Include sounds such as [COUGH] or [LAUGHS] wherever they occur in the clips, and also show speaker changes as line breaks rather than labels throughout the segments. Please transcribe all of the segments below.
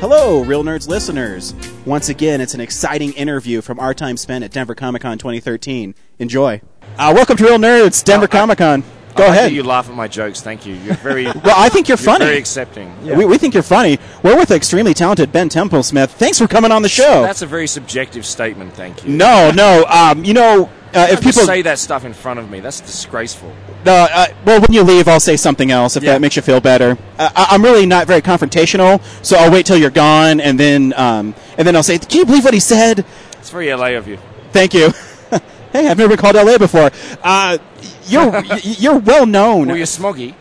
Hello, Real Nerds listeners. Once again, it's an exciting interview from our time spent at Denver Comic Con 2013. Enjoy. Uh, welcome to Real Nerds, Denver Comic Con. Go
Oh, I like that
ahead.
You laugh at my jokes. Thank you. You're
[LAUGHS]
very.
well, I think you're
you're
funny.
Very accepting.
we, we think you're funny. We're with extremely talented Ben Temple Smith. Thanks for coming on the show.
That's a very subjective statement. Thank you.
no, no. Um, you know, uh, if
Don't just
people
say that stuff in front of me, that's disgraceful.
No, uh, well, when you leave, I'll say something else if
Yeah.
that makes you feel better. Uh, I- I'm really not very confrontational, so I'll wait till you're gone, and then um, and then I'll say, "Can you believe what he said?"
It's very LA of you.
Thank you. [LAUGHS] hey, I've never called LA before. Uh, you're
[LAUGHS]
y- you're well known.
Well, you're smoggy.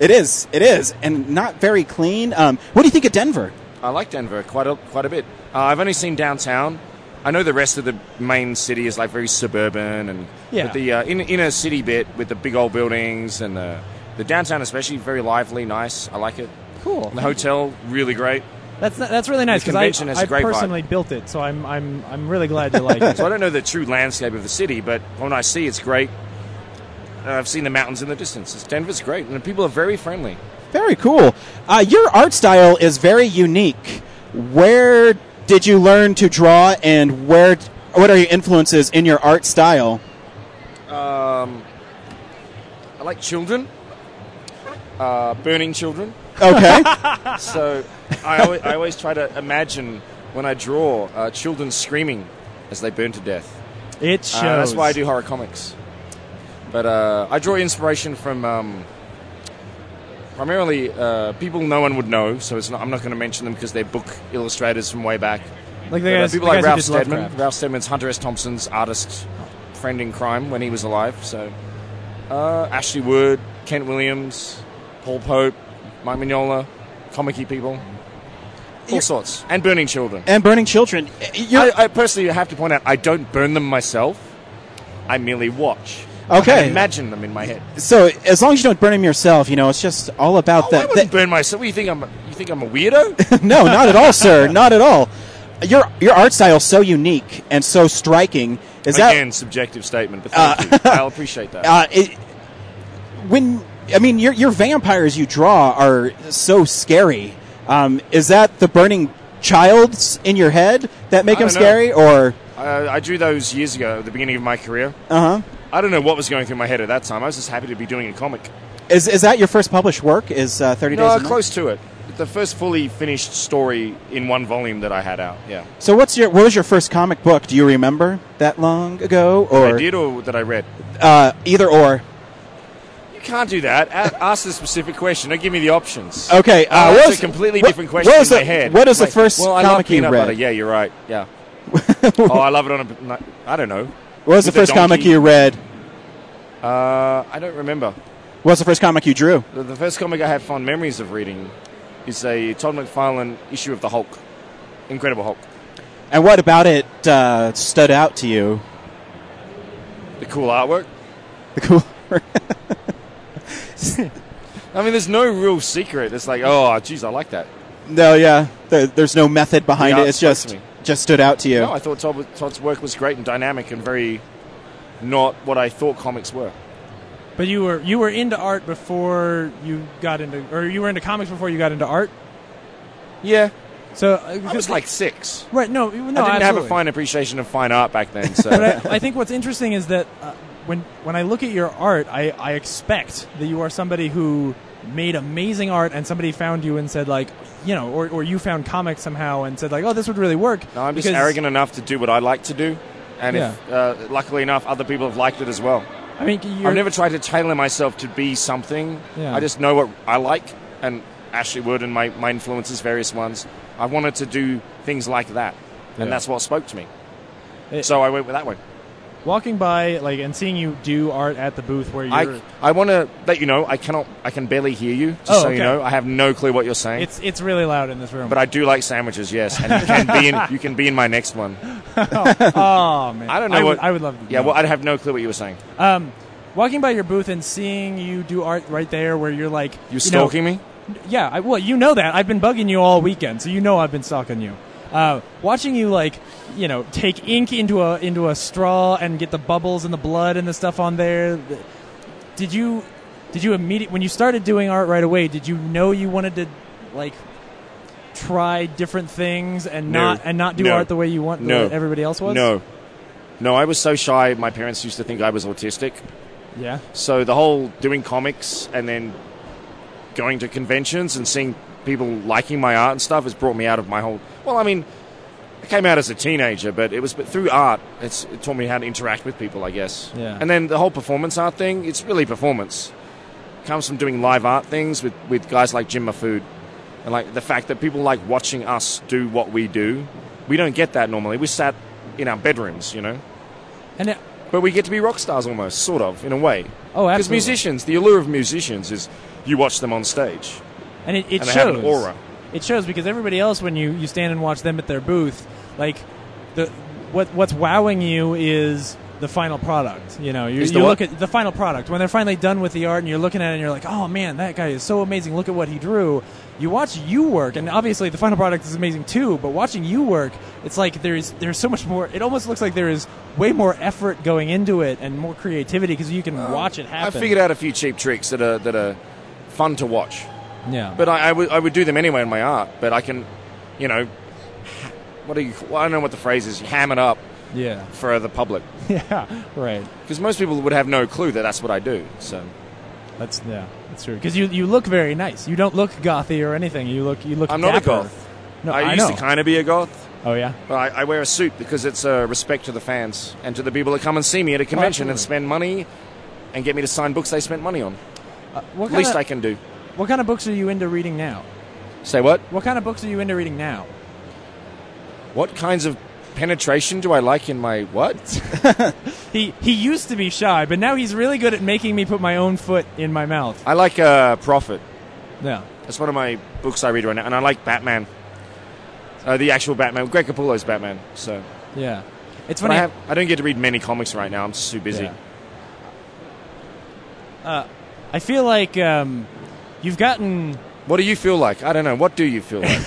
it is, it is, and not very clean. Um, what do you think of Denver?
I like Denver quite a, quite a bit. Uh, I've only seen downtown. I know the rest of the main city is like very suburban and
Yeah.
but the uh, in, inner city bit with the big old buildings and the the downtown especially very lively, nice. I like it.
Cool.
The hotel really great.
That's that's really nice
The
because I,
convention has a
I
great vibe. Uh,
personally built it, so I'm I'm I'm really glad you like
[LAUGHS]
it.
So I don't know the true landscape of the city, but when I see it's great. Uh, I've seen the mountains in the distance. It's, Denver's great, and the people are very friendly.
Very cool. Uh, your art style is very unique. Where did you learn to draw, and where? What are your influences in your art style?
I like children, uh, burning children.
Okay.
So I always, I always try to imagine when I draw uh, children screaming as they burn to death.
It shows.
Uh, that's why I do horror comics. But uh, I draw inspiration from um, primarily uh, people no one would know, so it's not, I'm not going to mention them because they're book illustrators from way back.
Like the
But, uh,
guys,
people
the
like
guys who
Ralph
did
Steadman.
Lovecraft.
Ralph Steadman's Hunter S. Thompson's artist friend in crime when he was alive. So uh, Ashley Wood, Kent Williams, Paul Pope, Mike Mignola, comic people. All sorts. And burning children.
[LAUGHS] and burning
[LAUGHS]
children. Y- You're,
I, I personally have to point out, I don't burn them myself. I merely watch.
Okay.
I imagine them in my head.
so as long as you don't burn them yourself, you know it's just all about
Oh, I
that.
wouldn't burn myself. What, you think I'm? a- You think I'm a weirdo?
that- no, not at all,
[LAUGHS]
sir. Not at all. Your your art style is so unique and so striking. [LAUGHS] Is Uh,
Again, subjective statement, but thank you. I'll appreciate that.
that uh, it, when I mean your your vampires you draw are so scary. Um, is that the burning childs in your head that make
I
them
don't know.
scary, or
I, I drew those years ago at the beginning of my career.
uh huh?
I don't know what was going through my head at that time. I was just happy to be doing a comic.
Is is that your first published work? Is uh, Thirty
No,
Days? of Night?
close to it. The first fully finished story in one volume that I had out. Yeah,
So what's your what was your first comic book? Do you remember that long ago, or
I did or that I read.
Uh, either or.
You can't do that. A- ask the specific question. Don't give me the options.
Okay, uh,
Oh,
what
that's
was-
a completely
what-
different question
what was
in my
the-
head.
what is the
Like,
first
well, I
comic
love
you
peanut
read?
Butter. Yeah, you're right.
[LAUGHS]
Yeah. oh, I love it on a. no, I don't know.
What was the
With the
first comic
donkey.
you read?
Uh, I don't remember.
What was the first comic you drew?
The, the first comic I have fond memories of reading is a Todd McFarlane issue of the Hulk, Incredible Hulk.
And what about it uh, stood out to
[LAUGHS]
you?
The cool artwork.
The cool.
I mean, there's no real secret. It's like, oh, geez, I like that.
no, yeah. There, there's no method behind
The
it.
art
It's just
spoke to
just stood out to you.
No, I thought Todd, was- Todd's work was great and dynamic and very not what I thought comics were.
But you were you were into art before you got into, or you were into comics before you got into art.
Yeah,
So uh,
I was like six.
right? No,
I
no,
didn't have a
absolutely.
fine appreciation of fine art back
[LAUGHS]
then. So
But uh,
[LAUGHS]
I, I think what's interesting is that uh, when when I look at your art, I, I expect that you are somebody who made amazing art and somebody found you and said like, you know, or, or you found comics somehow and said like, oh, this would really work.
No, I'm just
because-
arrogant enough to do what I like to do, and if, uh, luckily enough, other people have liked it as well.
I mean, you're,
I've never tried to tailor myself to be something.
Yeah.
I just know what I like, and Ashley Wood and my, my influences, various ones. I wanted to do things like that, and
Yeah. Eh.
that's what spoke to me.
It-
so I went with that one.
walking by like and seeing you do art at the booth where you're.
I, I want to let you know I cannot I can barely hear you. Just
Oh,
so you
okay.
know, I have no clue what you're saying.
it's it's really loud in this room.
but I do like sandwiches, yes, and you can be in you can be in my next one.
[LAUGHS] oh man,
I don't know
would,
what
I would love to.
Yeah, well, I'd have no clue what you were saying.
um, walking by your booth and seeing you do art right there, where you're like,
You
know,
stalking me?
Yeah, I, well, you know that. I've been bugging you all weekend, so you know I've been stalking you. Uh, watching you like, you know, take ink into a into a straw and get the bubbles and the blood and the stuff on there. th- Did you did you immediate when you started doing art right away? Did you know you wanted to like try different things and
No.
not and not do
No.
art the way you want the
No.
way everybody else was?
No. No, I was so shy, my parents used to think I was autistic.
Yeah.
So the whole doing comics and then going to conventions and seeing people liking my art and stuff has brought me out of my whole. Well, I mean, I came out as a teenager, but it was but through art. It's, it taught me how to interact with people, I guess.
Yeah.
And then the whole performance art thing. It's really performance. comes from doing live art things with with guys like Jim Mafood, and like the fact that people like watching us do what we do. We don't get that normally. We sat in our bedrooms, you know.
And it,
But we get to be rock stars almost, sort of, in a way.
oh,
Because
absolutely.
musicians, the allure of musicians is you watch them on stage
and it, it
and they have
shows.
an aura.
It shows because everybody else, when you, you stand and watch them at their booth, like the what what's wowing you is the final product. You know, you,
Is the
you
what?
look at the final product when they're finally done with the art, and you're looking at it, and you're like, oh man, that guy is so amazing. Look at what he drew. You watch you work, and obviously the final product is amazing too. But watching you work, it's like there is there's so much more. It almost looks like there is way more effort going into it and more creativity because you can watch it happen.
I figured out a few cheap tricks that are, that are fun to watch.
yeah,
But I, I would- I would do them anyway in my art. But I can, you know, what do you, well, I don't know what the phrase is, ham it up
yeah, [LAUGHS]
for the public.
yeah, right.
Because most people would have no clue that that's what I do. So
That's yeah, that's true. Because you, you look very nice. You don't look gothy or anything. You look you look.
I'm not a
dapper.
goth.
No,
I,
I,
used
know.
to kind of be a goth.
oh yeah,
But I, I wear a suit because it's a respect to the fans and to the people that come and see me at a convention and spend money and get me to sign books they spent money on.
what
Least
kind
I can do.
of, what kind of books are you into reading now?
Say what?
What kind of books are you into reading now?
What kinds of penetration do I like in my what?
He he used to be shy, but now he's really good at making me put my own foot in my mouth.
I like uh, Prophet.
Yeah,
That's one of my books I read right now, and I like Batman. Uh, the actual Batman, Greg Capullo's Batman. So,
yeah. It's
but
funny.
I, have, I don't get to read many comics right now. I'm just too busy.
Yeah. Uh, I feel like um, you've gotten.
What do you feel like? I don't know. What do you feel like?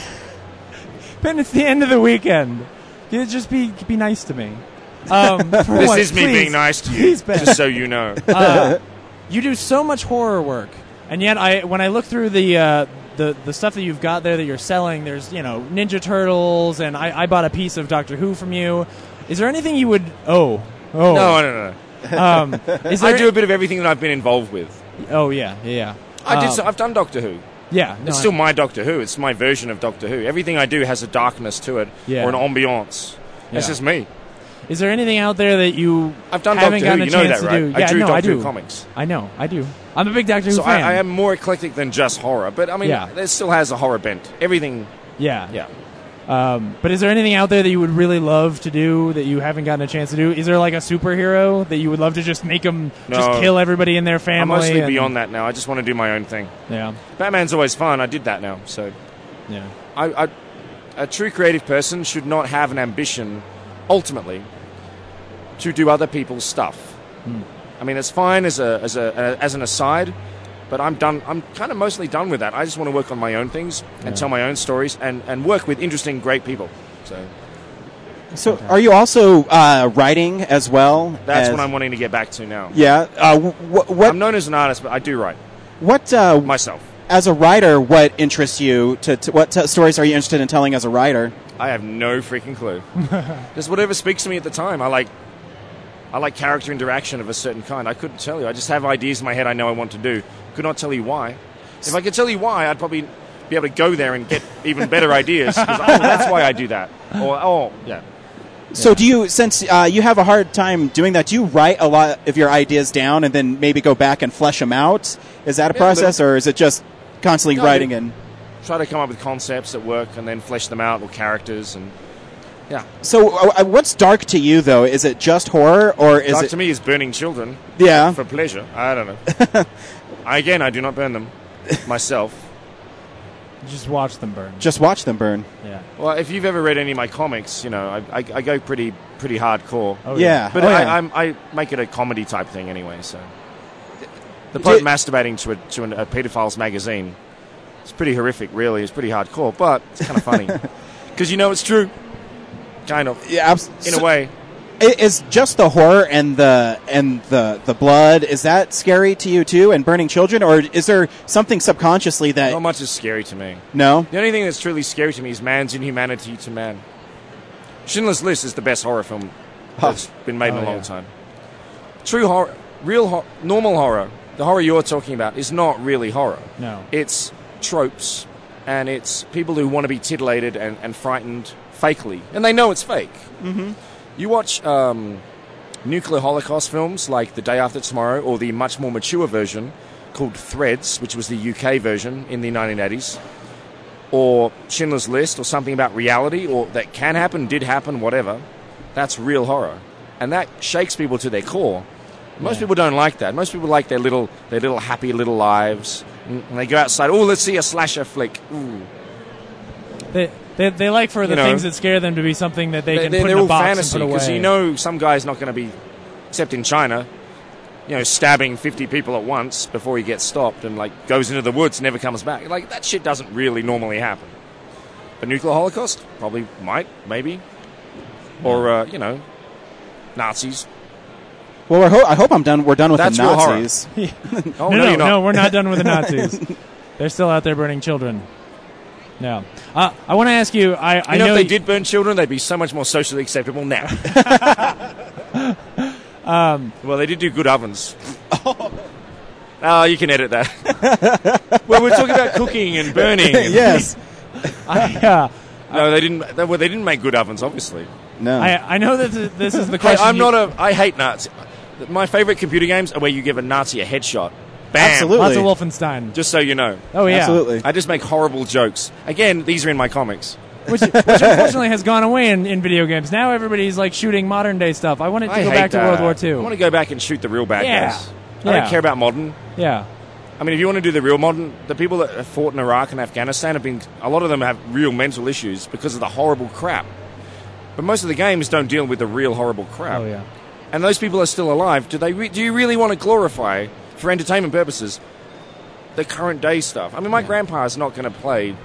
[LAUGHS]
Ben, it's the [LAUGHS] end of the weekend. You just be be nice to me.
[LAUGHS]
Um, for
this
once,
is me
please.
being nice to you,
Please, Ben.
just so you [LAUGHS] know.
uh, [LAUGHS] you do so much horror work, and yet I when I look through the uh, the the stuff that you've got there that you're selling, there's you know Ninja Turtles, and I, I bought a piece of Doctor Who from you. Is there anything you would? Oh, oh,
no, no, no.
[LAUGHS] Um,
[LAUGHS]
is there,
I do a bit of everything that I've been involved with.
Oh yeah, yeah.
I did.
Um,
So, I've done Doctor Who.
Yeah, no,
It's
I-
still my Doctor Who. It's my version of Doctor Who. Everything I do has a darkness to it
Yeah.
or an ambiance. That's
Yeah.
just me.
is there anything out there that you
I've done
haven't
Doctor Who. You
gotten a
know
chance
that, right?
to do?
I
yeah,
drew
no,
Doctor
I do.
Who comics.
I know, I do. I'm a big Doctor
So
Who fan.
I, I am more eclectic than just horror, but I mean,
Yeah.
it still has a horror bent. Everything,
Yeah,
yeah.
Um, but is there anything out there that you would really love to do that you haven't gotten a chance to do? Is there like a superhero that you would love to just make them
No.
just kill everybody in their family?
I'm mostly
and-
beyond that now. I just want to do my own thing.
Yeah,
Batman's always fun. I did that now. So
yeah,
I, I, a true creative person should not have an ambition, ultimately, to do other people's stuff.
Hmm.
I mean, it's fine as a as a as an aside, but I'm done. I'm kind of mostly done with that. I just want to work on my own things and tell my own stories and and work with interesting, great people. So
So, are you also uh, writing as well?
that's
as-
what I'm wanting to get back to now.
Yeah. Uh, wh- what?
I'm known as an artist, but I do write
what? Uh,
myself.
as a writer, what interests you? To, to what t- stories are you interested in telling as a writer?
I have no freaking
[LAUGHS]
clue. just whatever speaks to me at the time. I like I like character interaction of a certain kind. I couldn't tell you. I just have ideas in my head I know I want to do. Could not tell you why. If I could tell you why, I'd probably be able to go there and get even
[LAUGHS]
better ideas. 'Cause, oh, that's why I do that. Or oh, yeah.
So, do you since uh, you have a hard time doing that? Do you write a lot of your ideas down and then maybe go back and flesh them out? Is that a
Yeah, a little.
process, or is it just constantly
No,
writing
it-
and?
Try to come up with concepts that work and then flesh them out or characters and yeah.
So, uh, uh, what's dark to you though? Is it just horror, or is
Dark
it?
to me is burning children
yeah.
for pleasure. I don't know.
[LAUGHS]
Again, I do not burn them myself.
just watch them burn.
Just watch them burn.
Yeah,
Well, if you've ever read any of my comics, you know I, I, I go pretty pretty hardcore.
Oh,
yeah.
But
Oh,
I,
yeah.
I'm, I make it a comedy type thing anyway. So the bloke masturbating to a to an, a pedophile's magazine, it's pretty horrific. Really, it's pretty
[LAUGHS]
hardcore, but it's kind of funny because you know it's true, kind of
yeah, abs-
in
so-
a way.
I- Is just the horror and the and the the blood is that scary to you too? And burning children, or is there something subconsciously that
Not much is scary to me.
no?
The only thing that's truly scary to me is man's inhumanity to man. Schindler's List is the best horror film that's been made in
Oh,
a long
yeah.
time. True horror, real horror, normal horror, the horror you're talking about is not really horror.
No.
It's tropes and it's people who want to be titillated and, and frightened fakely. And they know it's fake. Mm-hmm. You watch um, nuclear holocaust films like The Day After Tomorrow or the much more mature version called Threads, which was the UK version in the 1980s, or Schindler's List or something about reality or that can happen, did happen, whatever. That's real horror. And that shakes people to their core. Most people don't like that. Most people like their little, their little happy little lives. And and they go outside, oh, let's see a slasher flick. Ooh.
They, they, they like for the
You know.
things that scare them to be something that they,
They-
can
they-
put
they're
in a
all
box
fantasy
and put away.
because you know some guy's not going to be, except in China, you know, stabbing fifty people at once before he gets stopped and like goes into the woods, never comes back. Like that shit doesn't really normally happen. But nuclear holocaust probably might, maybe, or uh, you know, Nazis.
Well, we're ho- I hope I'm done. We're done with
That's
the
real horror. [LAUGHS]
Nazis.
Oh, no,
no, no,
you're not.
no, we're not
[LAUGHS]
done with the Nazis. They're still out there burning children. No, uh, I want to ask you. I, I
You know,
know
if they
you-
did burn children, they'd be so much more socially acceptable
[LAUGHS]
now. [LAUGHS]
Um,
well, they did do good ovens.
[LAUGHS]
Oh, you can edit that. well, we're talking about cooking and
[LAUGHS]
burning. and-
yes.
I, uh,
No, they didn't. They, well, they didn't make good ovens, obviously.
No.
[LAUGHS] I, I know that th- this is the
Hey,
question.
I'm
you-
not a. [LAUGHS] I hate Nazis. My favorite computer games are where you give a Nazi a headshot. Bam.
Absolutely.
Lots of Wolfenstein.
Just so you know,
oh yeah,
Absolutely.
I just make horrible jokes. Again, these are in my comics.
Which, which unfortunately has gone away in, in video games. Now everybody's like shooting modern day stuff. I want it to
I
go
hate
back
that.
to World
I
War
want
II.
to go back and shoot the real bad
Yeah.
guys. I
Yeah.
don't care about modern.
Yeah,
I mean, if you want to do the real modern, the people that have fought in Iraq and Afghanistan have been, a lot of them have real mental issues because of the horrible crap. But most of the games don't deal with the real horrible crap.
oh yeah.
And those people are still alive. Do they? Re- do you really want to glorify, for entertainment purposes, the current day stuff? I mean, my grandpa's not going to play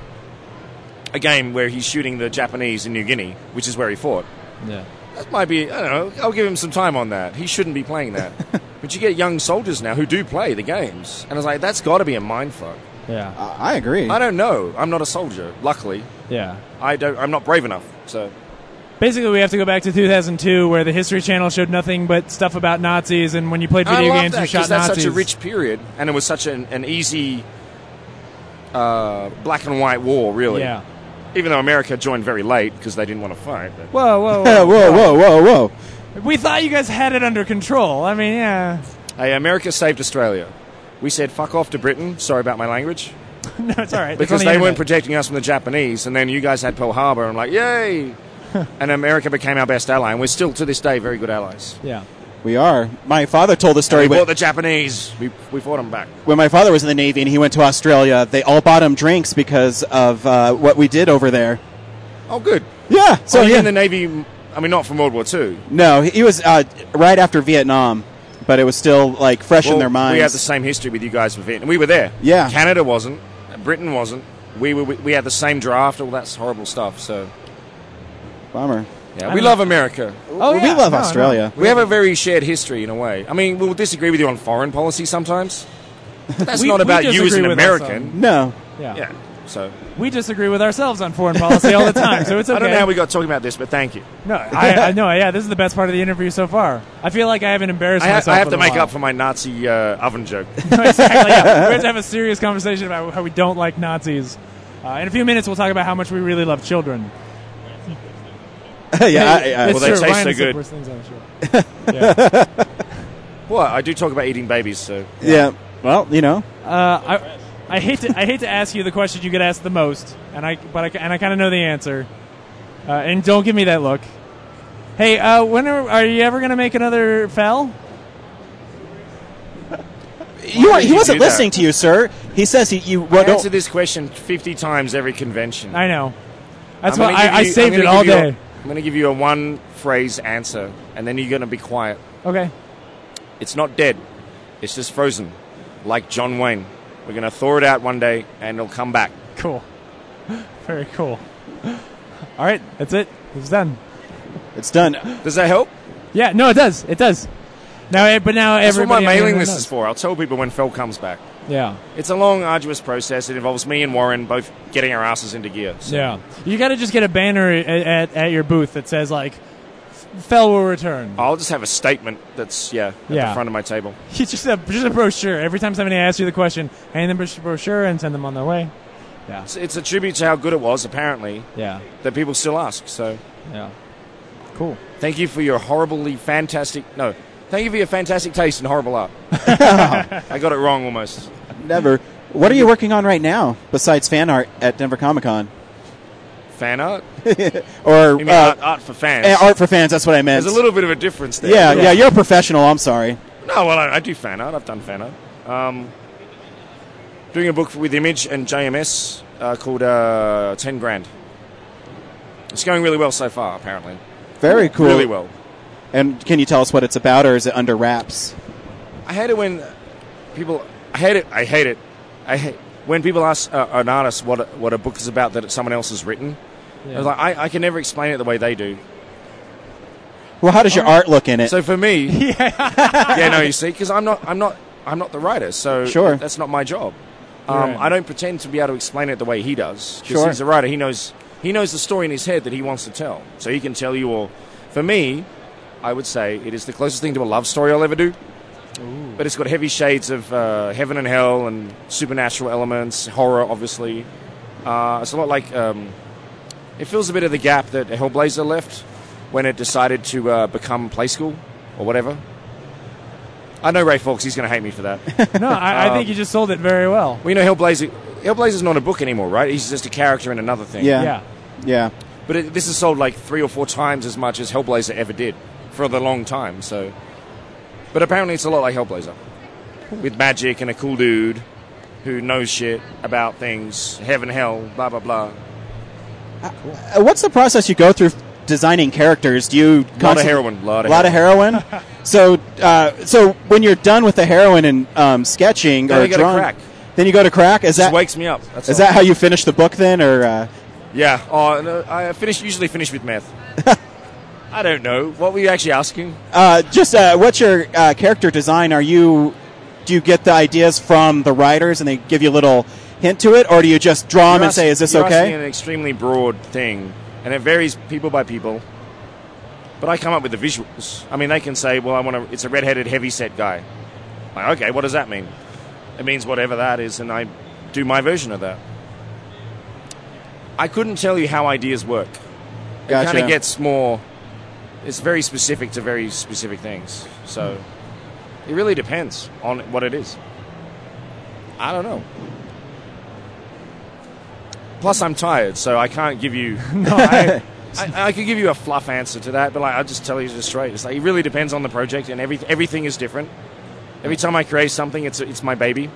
a game where he's shooting the Japanese in New Guinea, which is where he fought.
Yeah.
That might be, I don't know, I'll give him some time on that. He shouldn't be playing
[LAUGHS]
that. but you get young soldiers now who do play the games. And it's like, that's got to be a mindfuck.
Yeah.
I I agree.
I don't know. I'm not a soldier, luckily.
Yeah.
I don't, I'm not brave enough. So,
Basically, we have to go back to 2002, where the History Channel showed nothing but stuff about Nazis, and when you played video
I love
games,
that
you shot
because that's
Nazis.
such a rich period. And it was such an, an easy uh, black and white war, really.
Yeah.
Even though America joined very late because they didn't want to fight. But.
Whoa, whoa,
Yeah, [LAUGHS]
whoa.
whoa, whoa, whoa, whoa.
[LAUGHS]
We thought you guys had it under control. I mean, yeah. [LAUGHS]
Hey, America saved Australia. We said, fuck off to Britain. Sorry about my language.
No, it's all right. It's
because
on the
they
internet.
weren't protecting us from the Japanese, and then you guys had Pearl Harbor, and I'm like,
[LAUGHS]
yay! and America became our best ally, and we're still to this day very good allies.
yeah.
We are. My father told the story
we
when,
fought the Japanese. We, we fought them back.
when my father was in the Navy and he went to Australia. They all bought him drinks because of uh, what we did over there.
Oh, good.
Yeah.
So
So
oh, you
yeah.
in the Navy. I mean, not from World War Two.
no, he he was uh, right after Vietnam, but it was still like fresh in
Well,
their minds.
We had the same history with you guys for Vietnam. We were there.
Yeah.
Canada wasn't. Britain wasn't. We were. We, we had the same draft. All that horrible stuff. So
Bummer.
yeah,
I
we
mean-
love America.
Oh,
we
yeah.
love
No, no.
Australia.
We have a very shared history in a way. I mean, we'll disagree with you on foreign policy
[LAUGHS]
sometimes. That's
We-
not
we
about you as an
disagree with us on-
American.
No. [LAUGHS]
Yeah.
Yeah. So
We disagree with ourselves on foreign policy all the time, so it's
[LAUGHS]
okay.
I don't know how we got talking about this, but thank you.
no, I, I know. Yeah, this is the best part of the interview so far. I feel like I haven't embarrassed
I, ha-
myself.
I have
in a
to make
while.
up for my Nazi uh, oven joke.
[LAUGHS] No, exactly.
[LAUGHS]
Yeah. We have to have a serious conversation about how we don't like Nazis. Uh, in a few minutes, we'll talk about how much we really love children.
yeah. I, I,
It's
Well, they
true.
taste
Ryan
so
has said
good.
worse things, I'm sure. Yeah.
well, I do talk about eating babies, so
yeah. Well, you know.
Uh, I, I hate to I hate to ask you the question you get asked the most, and I but I, and I kind of know the answer. Uh, and don't give me that look. Hey, uh, when are, are you ever going to make another fell?
You are,
did
he
you
wasn't
do that?
listening to you, sir. He says he, you. Well,
I answer
don't,
this question fifty times every convention.
I know. That's
I'm
why
gonna give
I, I
you- I'm
saved
gonna
it all
give you a-
day.
I'm going to give you a one phrase answer, and then you're going to be quiet.
okay.
It's not dead; it's just frozen, like John Wayne. We're going to thaw it out one day, and it'll come back.
Cool. [LAUGHS] Very [LAUGHS] cool. All right, that's it. It's done.
it's done.
Does that help?
Yeah, no, it does. It does. Now, eh, but now
That's what my
everybody. on the
mailing
internet
list is
knows.
for. I'll tell people when Phil comes back.
Yeah,
It's a long, arduous process. It involves me and Warren both getting our asses into gear. So.
yeah. You got to just get a banner at, at, at your booth that says like, "Fell will return."
I'll just have a statement that's yeah at
Yeah.
the front of my table.
It's [LAUGHS] just a just a brochure. Every time somebody asks you the question, hand them a brochure and send them on their way.
It's, it's a tribute to how good it was, apparently,
Yeah,
that people still ask. So
yeah. Cool.
thank you for your horribly fantastic. No, thank you for your fantastic taste in
[LAUGHS]
horrible art. I got it wrong almost.
Never. What are you working on right now besides fan art at Denver Comic Con
Fan art?
or
You mean
uh,
art, art for fans?
eh, art for fans? That's what I meant.
There's a little bit of a difference there.
yeah, yeah, You're a professional. I'm sorry.
No, well, I, I do fan art. I've done fan art. Um, doing a book with Image and JMS uh, called uh, Ten Grand. It's going really well so far, apparently.
Very cool.
Really well.
And can you tell us what it's about, or is it under wraps?
I hate it when people. I hate it. I hate it. I hate when people ask uh, an artist what a, what a book is about that someone else has written. I was like, I, I can never explain it the way they do.
Well, how does your art look in it?
So for me, [LAUGHS] yeah, no, you see, because I'm not, I'm not, I'm not the writer, so
Sure.
that's not my job. Um,
Right.
I don't pretend to be able to explain it the way he does. 'cause
Sure.
he's a writer. He knows, he knows the story in his head that he wants to tell, so he can tell you all. For me, I would say it is the closest thing to a love story I'll ever do. But it's got heavy shades of uh, heaven and hell and supernatural elements, horror, obviously. Uh, it's a lot like um, it fills a bit of the gap that Hellblazer left when it decided to uh, become Play School or whatever. I know Ray Fawkes; he's going to hate me for
[LAUGHS]
that.
No,
[LAUGHS]
I, I think you just sold it very well.
well, you know, Hellblazer. Hellblazer's not a book anymore, right? He's just a character in another thing.
Yeah.
Yeah.
yeah.
But it, this has sold like three or four times as much as Hellblazer ever did for the long time. So, but apparently it's a lot like Hellblazer, with magic and a cool dude who knows shit about things, heaven, hell, blah blah blah.
Uh, What's the process you go through designing characters? Do you
A lot of
constantly-
heroin, lot
A
of
lot of
heroin.
heroin.
[LAUGHS]
so, uh, so when you're done with the heroin and um, sketching
Then
or
I go to
drawing,
crack.
then you go to crack. Is
Just
that
wakes me up. That's
is
all.
that how you finish the book then, or uh,
Yeah. Oh, no, I finish usually finish with meth.
[LAUGHS]
I don't know. What were you actually asking?
uh, just uh, what's your uh, character design? Are you do you get the ideas from the writers and they give you a little hint to it, or do you just draw them
You're
and say,
ask-
"Is this
you're
okay"?
asking an extremely broad thing, and it varies people by people. But I come up with the visuals. I mean, they can say, "Well, I want to." It's a redheaded, heavyset guy. Like, okay, what does that mean? It means whatever that is, and I do my version of that. I couldn't tell you how ideas work. It kind
Gotcha.
of gets more. It's very specific to very specific things. So it really depends on what it is. I don't know. Plus, I'm tired, so I can't give you. [LAUGHS] no, I, I, I could give you a fluff answer to that, but like, I'll just tell you just straight. It's like, it really depends on the project, and every, everything is different. Every time I create something, it's, it's my baby,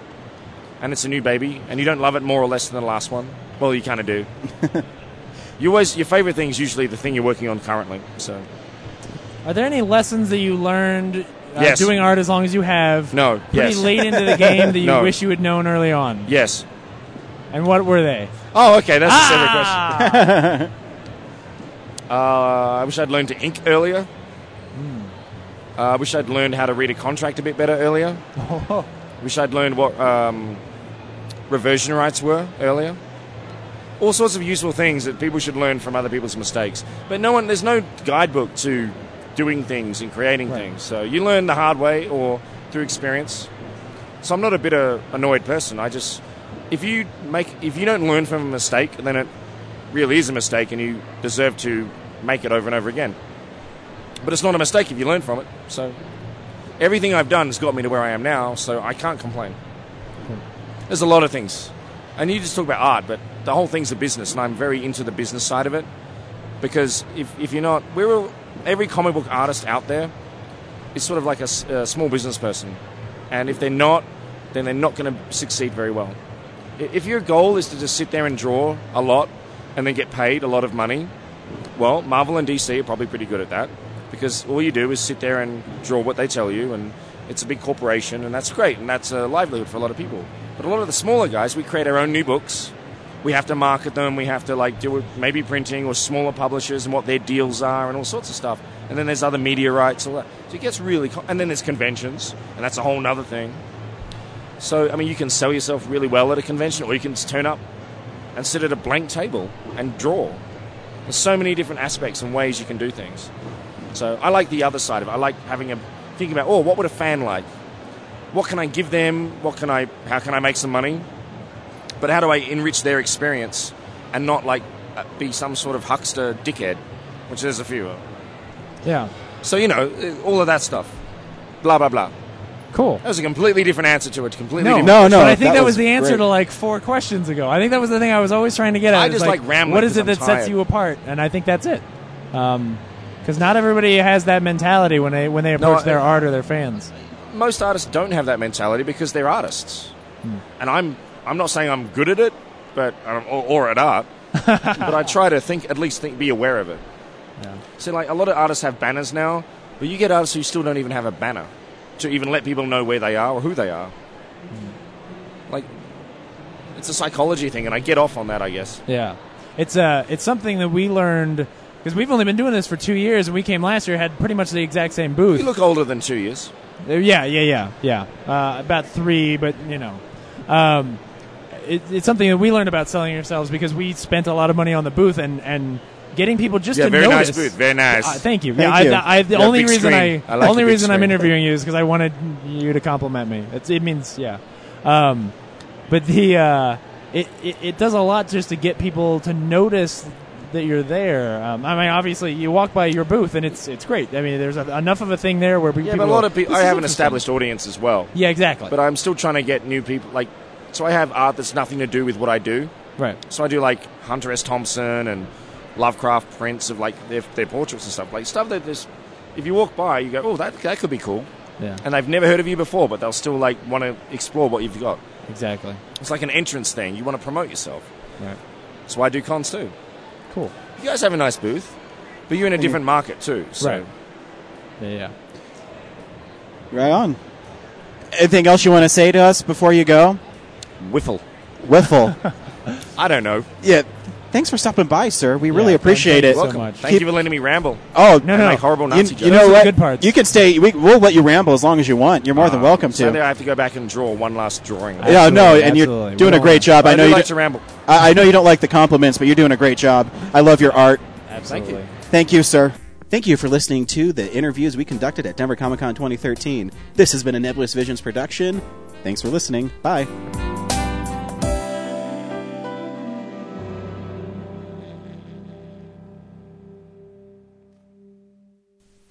and it's a new baby, and you don't love it more or less than the last one. Well, you kind of do. you always, your favorite thing is usually the thing you're working on currently. So,
Are there any lessons that you learned uh,
Yes.
doing art as long as you have?
no,
Pretty
yes.
late into the game
[LAUGHS]
that you
No.
wish you had known early on.
Yes.
And what were they?
Oh, okay, that's a separate question.
Ah!
Uh, I wish I'd learned to ink earlier. Uh, I wish I'd learned how to read a contract a bit better earlier. Wish I'd learned what um, reversion rights were earlier. All sorts of useful things that people should learn from other people's mistakes. But no one, there's no guidebook to doing things and creating things. So you learn the hard way or through experience. So I'm not a bitter, annoyed person. I just, if you make, if you don't learn from a mistake, then it really is a mistake, and you deserve to make it over and over again. But it's not a mistake if you learn from it. So everything I've done has got me to where I am now, so I can't complain. There's a lot of things. And you just talk about art, but the whole thing's a business, and I'm very into the business side of it. Because if, if you're not, we're all, every comic book artist out there is sort of like a, s- a small business person. And if they're not, then they're not going to succeed very well. I- If your goal is to just sit there and draw a lot and then get paid a lot of money, well, Marvel and DC are probably pretty good at that because all you do is sit there and draw what they tell you, and it's a big corporation, and that's great, and that's a livelihood for a lot of people. But a lot of the smaller guys, we create our own new books, we have to market them. We have to like do it, maybe printing or smaller publishers and what their deals are and all sorts of stuff. And then there's other media rights, all that. So it gets really, co- and then there's conventions, and that's a whole nother thing. So I mean, you can sell yourself really well at a convention, or you can just turn up and sit at a blank table and draw. There's so many different aspects and ways you can do things. So I like the other side of it. I like having a thinking about, oh, what would a fan like? What can I give them? What can I? How can I make some money? But how do I enrich their experience and not like uh, be some sort of huckster dickhead, which there's a few of.
Yeah.
So you know, uh, all of that stuff. Blah blah blah.
Cool.
That was a completely different answer to it. Completely
No,
different.
No, no,
But I think
that
that, was,
was
the answer
great.
to like four questions ago. I think that was the thing I was always trying to get at.
I
is,
just like rambling
What is
'cause
it
I'm
that sets
tired.
you apart? And I think that's it. Because not everybody has that mentality when they when they approach
I-
their art or their fans.
most artists don't have that mentality because they're artists.
Hmm.
And I'm I'm not saying I'm good at it, but um, or, or at
[LAUGHS]
art, but I try to think at least think be aware of it. So like a lot of artists have banners now, but you get artists who still don't even have a banner to even let people know where they are or who they are.
Hmm.
Like it's a psychology thing, and I get off on that, I guess.
Yeah, it's uh, it's something that we learned because we've only been doing this for two years, and we came last year had pretty much the exact same booth.
You look older than two years.
Uh, Yeah, yeah, yeah, yeah. Uh, about three, but you know, um, it, it's something that we learned about selling yourselves because we spent a lot of money on the booth and and getting people just
Yeah,
to
very nice
notice.
booth, very nice.
Uh, thank you.
Thank
yeah,
you.
I, I, the
Yeah,
only
big
reason
screen.
I,
I like
only
the big
reason I'm
screen.
interviewing you is because I wanted you to compliment me. It's, it means yeah, um, but the uh, it, it it does a lot just to get people to notice that you're there. Um, I mean, obviously you walk by your booth and it's it's great. I mean, there's a, enough of a thing there where
Yeah,
people
but a lot of people. I
"This is
have an
interesting."
established audience as well,
Yeah, exactly.
but I'm still trying to get new people. Like, so I have art that's nothing to do with what I do.
right.
So I do like Hunter S. Thompson and Lovecraft prints of like their, their portraits and stuff, like stuff that just if you walk by, you go, oh, that that could be cool,
Yeah.
and they've never heard of you before, but they'll still like want to explore what you've got.
Exactly.
It's like an entrance thing. You want to promote yourself.
Right.
That's why I do cons too.
Cool.
You guys have a nice booth, but you're in a different market too. So
Right. Yeah. Yeah.
Right on. Anything else you want to say to us before you go?
whiffle.
[LAUGHS] Wiffle.
I don't know.
yeah. Thanks for stopping by, sir. We really
Yeah,
appreciate
thank
it.
you so
Welcome.
much.
Thank
Keep-
you for letting me ramble.
Oh
No,
and
no.
make horrible
You,
Nazi jokes.
you know
Those are
what?
the good parts.
You can stay. We, we'll let you ramble as long as you want. You're more than welcome
So there
to.
I have to go back and draw one last drawing.
Yeah,
Yeah, no,
Absolutely,
and
absolutely.
you're
We
doing a
don't
great job. I,
I,
know
do
you.
like
do-
to ramble.
I I know you don't like the compliments, but you're doing a great job. I love your art.
Absolutely.
Thank you.
Thank you, sir. Thank you for listening to the interviews we conducted at Denver Comic Con 2013. This has been a Nebulous Visions production. Thanks for listening. Bye.